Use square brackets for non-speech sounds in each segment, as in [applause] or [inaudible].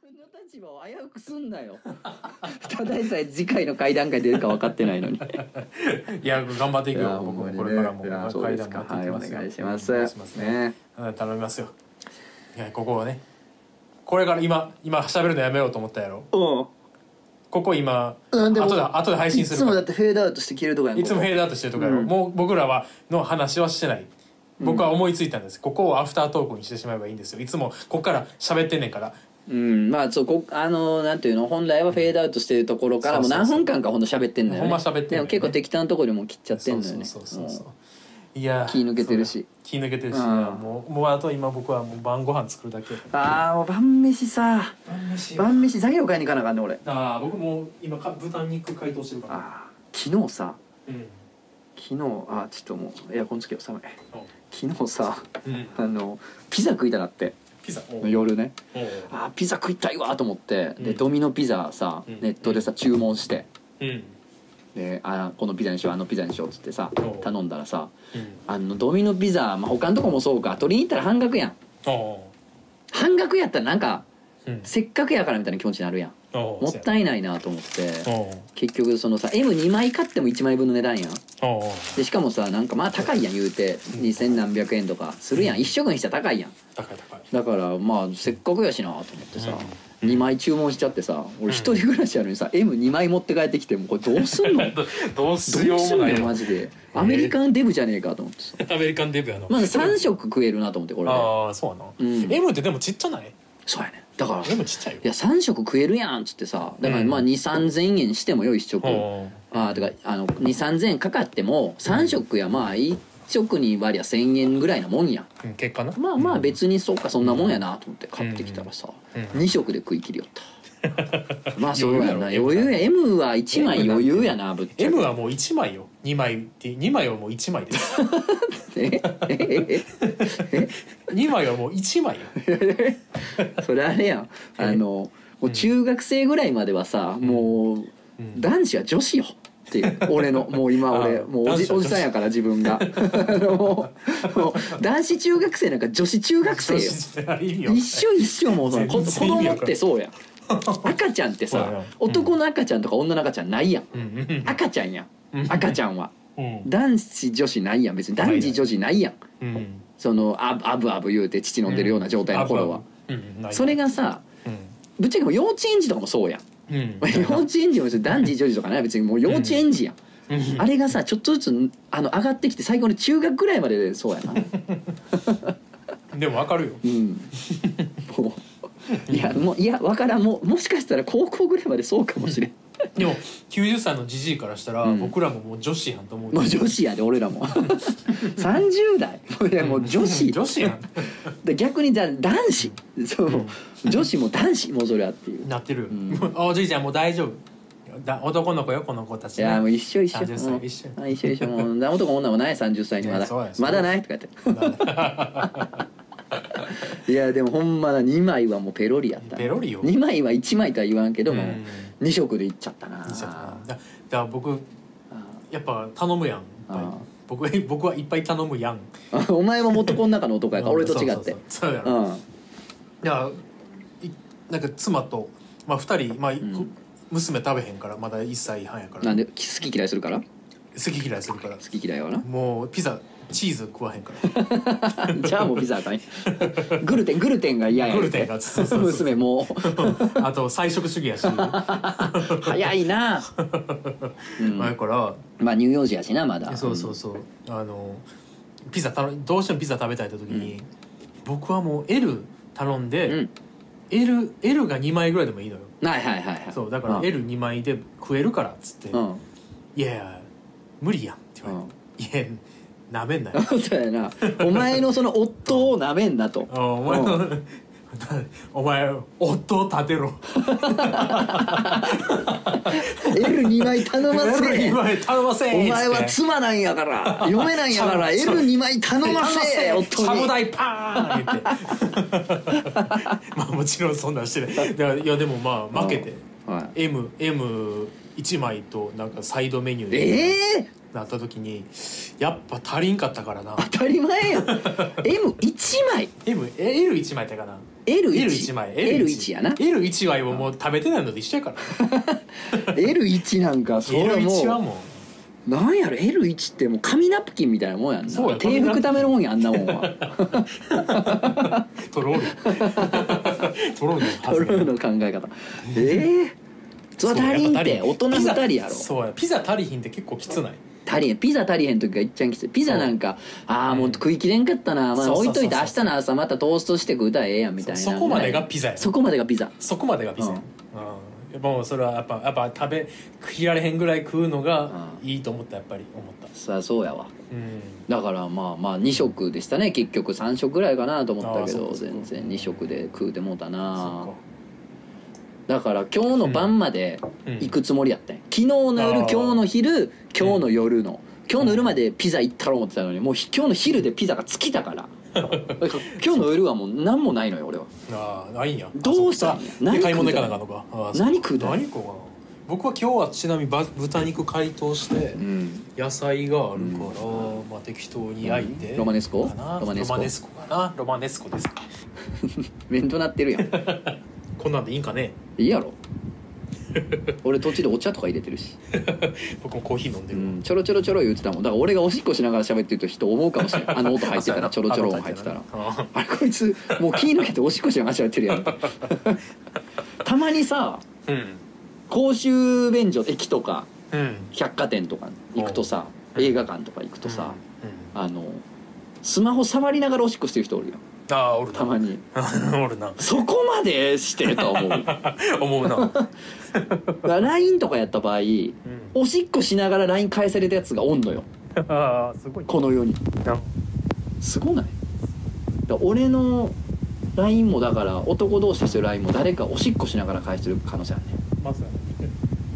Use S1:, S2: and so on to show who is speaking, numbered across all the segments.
S1: 分の立場を危うくすんなよ [laughs] ただでさえ次回の会談会出るか分かってないのに
S2: いや頑張っていく
S1: いや
S2: よ。僕
S1: ほんま
S2: も
S1: にね
S2: これからも
S1: いやそう
S2: 階
S1: です
S2: 段
S1: か
S2: 頑張っていき
S1: はいお
S2: ますよ。
S1: 願いします
S2: お願いしますね。
S1: ね
S2: うん頼みますよ。いやここはね、これから今今喋るのやめようと思ったやろ。
S1: うん
S2: ここ今
S1: うんでも
S2: 後で後で配信す
S1: い
S2: る
S1: つ
S2: か
S1: も
S2: ら
S1: だってフェードアウトして消えるとこやん
S2: いつも
S1: こ
S2: ヘイダーとしてるとかやろ、
S1: うん
S2: もう僕らはの話はしてない僕は思いついたんです、ここをアフタートークにしてしまえばいいんですよいつもここから喋ってんねんから
S1: うんまあそうこあのなんていうの本来はフェードアウトしてるところからもう何分間かほんと喋ってんのよ、ね、
S2: ほんま喋ってんのよね
S1: でも結構適当なところでもう切っちゃって
S2: そ
S1: んの
S2: う
S1: よ
S2: そ
S1: ね
S2: うそうそうそう
S1: も
S2: いやー
S1: 気抜けてるし
S2: そうだ気抜けてるし、
S1: うん
S2: もうもうあと今僕はもう晩ご飯作るだけ
S1: うああもう晩飯さ
S2: 晩飯
S1: 晩飯材料買いに行かなあかんね俺
S2: ああ僕も今か豚肉解凍してるから
S1: ああ昨日さ
S2: うん
S1: 昨日あちょっともうエアコンつけよ寒い
S2: お
S1: 昨日さ
S2: うん
S1: あのピザ食いたなって
S2: ピザおう
S1: 夜ね
S2: おう
S1: あーピザ食いたいわと思って、
S2: う
S1: で
S2: ん
S1: ドミノピザさ、
S2: うん
S1: ネットでさ注文して
S2: うん
S1: であーこのピザにしようあのピザにしようっつってさ
S2: お
S1: 頼んだらさ
S2: うん
S1: あのドミノピザ、まあ、他のとこもそうか取りに行ったら半額やん
S2: おう
S1: 半額やったらなんか
S2: うん
S1: せっかくやからみたいな気持ちになるやん
S2: おう
S1: もったいないなと思って
S2: おう
S1: 結局そのさ M2 枚買っても1枚分の値段やん
S2: おうおう
S1: でしかもさなんかまあ高いやん言うて
S2: うん
S1: 2,000何百円とかするやん
S2: うん
S1: 一食にしたら高いやん
S2: 高い高い
S1: だからまあせっかくやしなと思ってさ、
S2: うん
S1: 2枚注文しちゃってさ俺一人暮らしやのにさ M2 枚持って帰ってきてもうこれどうす
S2: [laughs]
S1: んのどう
S2: どうすよう
S1: すん
S2: もない
S1: の
S2: よ
S1: マジでアメリカンデブじゃねえかと思ってさ
S2: アメリカンデビューやな
S1: まず3食食えるなと思ってこれで
S2: ああそうやな、
S1: うん
S2: M ってでもちっちゃない
S1: そうやねだからい
S2: M ちっちゃいよ
S1: や3食食えるやんっつってさだからまあ
S2: うん
S1: 2,3000円してもよ1食、
S2: ほ
S1: ああてかあの2,3000円かかっても3食やまあ1食に割りゃ1,000円ぐらいなもんやん
S2: ううん結果な
S1: まあまあ別にそうかそんなもんやなと思って買ってきたらさ、
S2: うん
S1: 2食で食い切りよったまあそうやな
S2: 余
S1: 余
S2: 裕やろ
S1: 裕や M は1枚
S2: M なん
S1: 余
S2: て
S1: 裕やなぶっちゃ
S2: M
S1: け
S2: はもう1枚よ2枚って2枚はもう1枚です
S1: [laughs] ええ
S2: 2枚はもう1枚よ
S1: え [laughs] それあれやんあのもう中学生ぐらいまではさもう
S2: うん
S1: 男子は女子よっていう俺のもう今俺
S2: あー
S1: もうおじ
S2: 男子は女子
S1: おじさんやから自分が [laughs] あのもうもう男子中学生なんか女子中学生よ
S2: 意味わかんない
S1: 一緒一緒もうそのこ
S2: 全
S1: 子
S2: 然意味
S1: 供っ
S2: わかんな
S1: て
S2: い
S1: そうやん赤ちゃんって
S2: そうや
S1: さ
S2: な
S1: 男の赤ちゃんとか女の赤ちゃんないやん
S2: うんうん
S1: [laughs] 赤ちゃんやん
S2: うん
S1: 赤ちゃんは
S2: うん
S1: 男子女子ないやん別に男児女子ないやん
S2: うん
S1: そのあぶあぶあぶ言うて父飲んでるような状態の頃は、
S2: うんない
S1: それがさ
S2: うん
S1: ぶっちゃけもう幼稚園児とかもそうやん
S2: うん
S1: 幼稚園児も別に男児女児とかね別にもう幼稚園児やん、
S2: うん
S1: あれがさちょっとずつあの上がってきて最後の中学ぐらいまででそうや
S2: [laughs]
S1: な
S2: でもわかるよ
S1: うんもういやもういやわからんもうもしかしたら高校ぐらいまでそうかもしれん
S2: でも90歳のじじいからしたら
S1: うん
S2: 僕らももう女子やんと思う
S1: もう女子やで俺らも
S2: [laughs]
S1: 30代もういやもう女子
S2: 女子やん
S1: で逆にじゃあ男子そう、女子も男子もそれはっていう
S2: なってるよ、
S1: ん
S2: おじいちゃんもう大丈夫だ男の子よこの子たち、
S1: い
S2: ね、
S1: やもう一緒一緒
S2: 30歳
S1: もう
S2: 一緒
S1: あ一緒一緒もう男も女もない30歳にま
S2: い
S1: だ
S2: やそうやそう
S1: ま
S2: や
S1: だないとか言
S2: [laughs]
S1: っていやでもほんまな2枚はもうペロリやった
S2: ペロリよ
S1: 2枚は1枚とは言わんけども、
S2: う
S1: 二2
S2: ん
S1: 色でいっちゃったな
S2: だだから僕
S1: あ
S2: やっぱ頼むやんいっぱい
S1: あ
S2: 僕 [laughs] 僕はいっぱい頼むやん
S1: ー [laughs] お前も元この中の男やから俺と違って
S2: そうそうそうそうや
S1: うん
S2: ろ、だからいなんか妻と、まあ、2人、まあ
S1: ん
S2: 娘食べへんからまだ1歳半やから
S1: なんで好き嫌いするから好
S2: 好き嫌いするから
S1: き嫌いはな
S2: もうピザチーズ食わへんから
S1: [laughs] じゃあもうピザあかんやグルテングルテンが嫌や
S2: グルテンがそうそうそう
S1: [laughs] 娘もう
S2: あと菜食主義やし、
S1: 早い
S2: [laughs]
S1: な、うん
S2: 前から
S1: まあ乳幼児やしなまだ
S2: そうそうそうあのピザ頼どうしてもピザ食べたいって時に、僕はもう L 頼んで、
S1: うん
S2: L, L が2枚ぐらいでもいいのよ
S1: はいはいはいはい
S2: そうだから
S1: うん
S2: L2 枚で食えるからっつって「
S1: うん [laughs]
S2: いやいや無理やん」って言われて「いやなめんなよ」
S1: そうやなお前のその夫をなめんなと
S2: あお前の [laughs] お前夫を立てろ
S1: L2 枚頼ませ
S2: L2 枚頼ませんっ
S1: お
S2: つって
S1: 前は妻なんやから嫁なんや
S2: [laughs]
S1: から
S2: ちゃう
S1: L2 枚頼ませ
S2: ち
S1: 夫
S2: ゃぶ
S1: に
S2: 台パーン言って [laughs] まあもちろんそんなんしてないだからいやでもまあ負けて
S1: は
S2: MM1 枚となんかサイドメニュー
S1: い
S2: で
S1: ええ
S2: なった時にやっぱ足りんかったからな
S1: 当たり前やん M1 枚
S2: M L1 枚やったかな
S1: L1
S2: L1 枚
S1: L1 やな
S2: L1 はもう食べてないのと一緒やから
S1: L1 なんかそれは
S2: L1 は
S1: も
S2: も
S1: うなんやろ L1 ってもう紙ナプキンみたいなもんやんな
S2: そうや
S1: 手
S2: 紙ナ
S1: 拭
S2: プキン
S1: くためのもんやあんなもん
S2: [laughs]
S1: は
S2: うと
S1: [laughs]
S2: ろうとろうの
S1: トルーの考え
S2: [laughs]
S1: 方ええそれ足りんって大人
S2: ピザ
S1: 2人やろ
S2: そうやピザ足りひんって結構きつない
S1: 足りへんピザ足りへん時がいっちゃんきついピザなんかああもう食いきれんかったな、ま
S2: そ
S1: あ、
S2: うそう
S1: 置
S2: そ
S1: いう
S2: そう
S1: といて明日の朝またトーストして食うたらええやんみたいな
S2: そこまでがピザや
S1: そこまでがピザ
S2: そこまでがピザや、うんもうそれはやっぱやっぱ食べ食いられへんぐらい食うのがいいと思ったやっぱり思った
S1: さあそうやわ
S2: うん
S1: だからまあまあ2食でしたね結局3食ぐらいかなと思ったけど
S2: あーそうかそうか
S1: 全然2食で食うてもうたな
S2: そ
S1: だから今日の晩まで
S2: うかうん
S1: 行くつもりやったんや昨日の夜
S2: あ
S1: 今
S2: ー
S1: 日の昼今日の夜の、今日の夜までピザ行ったろう思ってたのにもうひ今日の昼でピザが尽きたから [laughs] だから今日の夜はもう何もないのよ俺は
S2: ああないんや
S1: どうしたらいいんや
S2: あそっか
S1: 何
S2: で買い物行かなあかんのかああそう
S1: 何食うたらいい
S2: 何食うかな僕は今日はちなみにば豚肉解凍して
S1: うん
S2: 野菜があるから、まあ適当に焼いて
S1: ロマネスコ
S2: かな
S1: ロ
S2: ロ
S1: マ
S2: マ
S1: ネ
S2: ネ
S1: スコ
S2: スコかなロマネスコですか
S1: 面倒なってる [laughs] やん
S2: こんなんでいいんかね
S1: いいやろ俺途中でお茶とか入れてるし、
S2: 僕もコーヒー飲んで
S1: う
S2: る、
S1: ん、ちょろちょろちょろ言ってたもんだから俺がおしっこしながら喋ってると人思うかもし [laughs] れないあの音入ってたらちょろちょろ音入ってたら
S2: あ
S1: あれこいつもう気抜けておしっこしながら喋ってる [laughs] やんたまにさ
S2: うん
S1: 公衆便所駅とか
S2: うん
S1: 百貨店とか行くとさ
S2: うん
S1: 映画館とか行くとさ、
S2: うんう
S1: あ
S2: ん
S1: のスマホ触りながらおしっこしてる人おるよ
S2: ああおる
S1: た
S2: な
S1: まに
S2: [laughs] おるな
S1: そこまでしてとは
S2: [laughs]
S1: 思うだか
S2: 思うな、
S1: ら LINE とかやった場合
S2: うん、
S1: おしっこしながら LINE 返されたやつがおんのよ
S2: ああすごい
S1: この世に
S2: な
S1: すごないだから俺の LINE もだから男同士でする LINE も誰かおしっこしながら返してる可能性あるね
S2: まず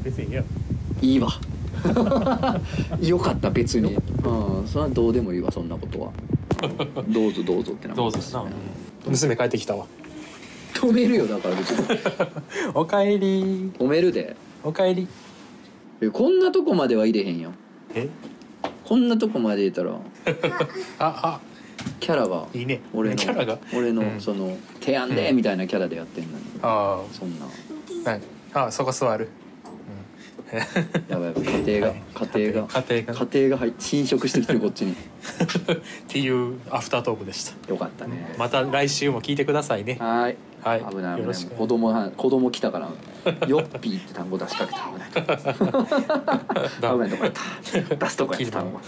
S2: 別にいいや
S1: いい
S2: [laughs]
S1: わよかった別にうんそれはどうでもいいわそんなこと
S2: [laughs]
S1: はどうぞどうぞってな
S2: ど
S1: もん
S2: う
S1: で
S2: ぞ
S1: すね
S2: な、娘帰ってきたわ
S1: 止めるよだから別に
S2: おかえり
S1: 止めるで
S2: おかえり
S1: えこんなとこまでは入れへんよ
S2: え
S1: こんなとこまで入れたら
S2: あ
S1: キャラが
S2: あいいね
S1: 俺の
S2: キャラが
S1: 俺
S2: う
S1: の
S2: ん
S1: その提案でみたいなキャラでやってんのに
S2: あ
S1: そんな
S2: あなんあそこ座る
S1: やばいやばい家庭が家庭が
S2: 家庭が
S1: 家庭が入っ侵食してきてるこっちに
S2: [laughs] っていうアフタートークでした
S1: よかったね
S2: また来週も聞いてくださいね
S1: はーい
S2: はい
S1: 危ない危な
S2: よろ
S1: い
S2: しく
S1: 子供は子供来たから「ヨッピー」って単語出しかけた危ない
S2: [laughs]
S1: 危ないとこやった出すとこやった単語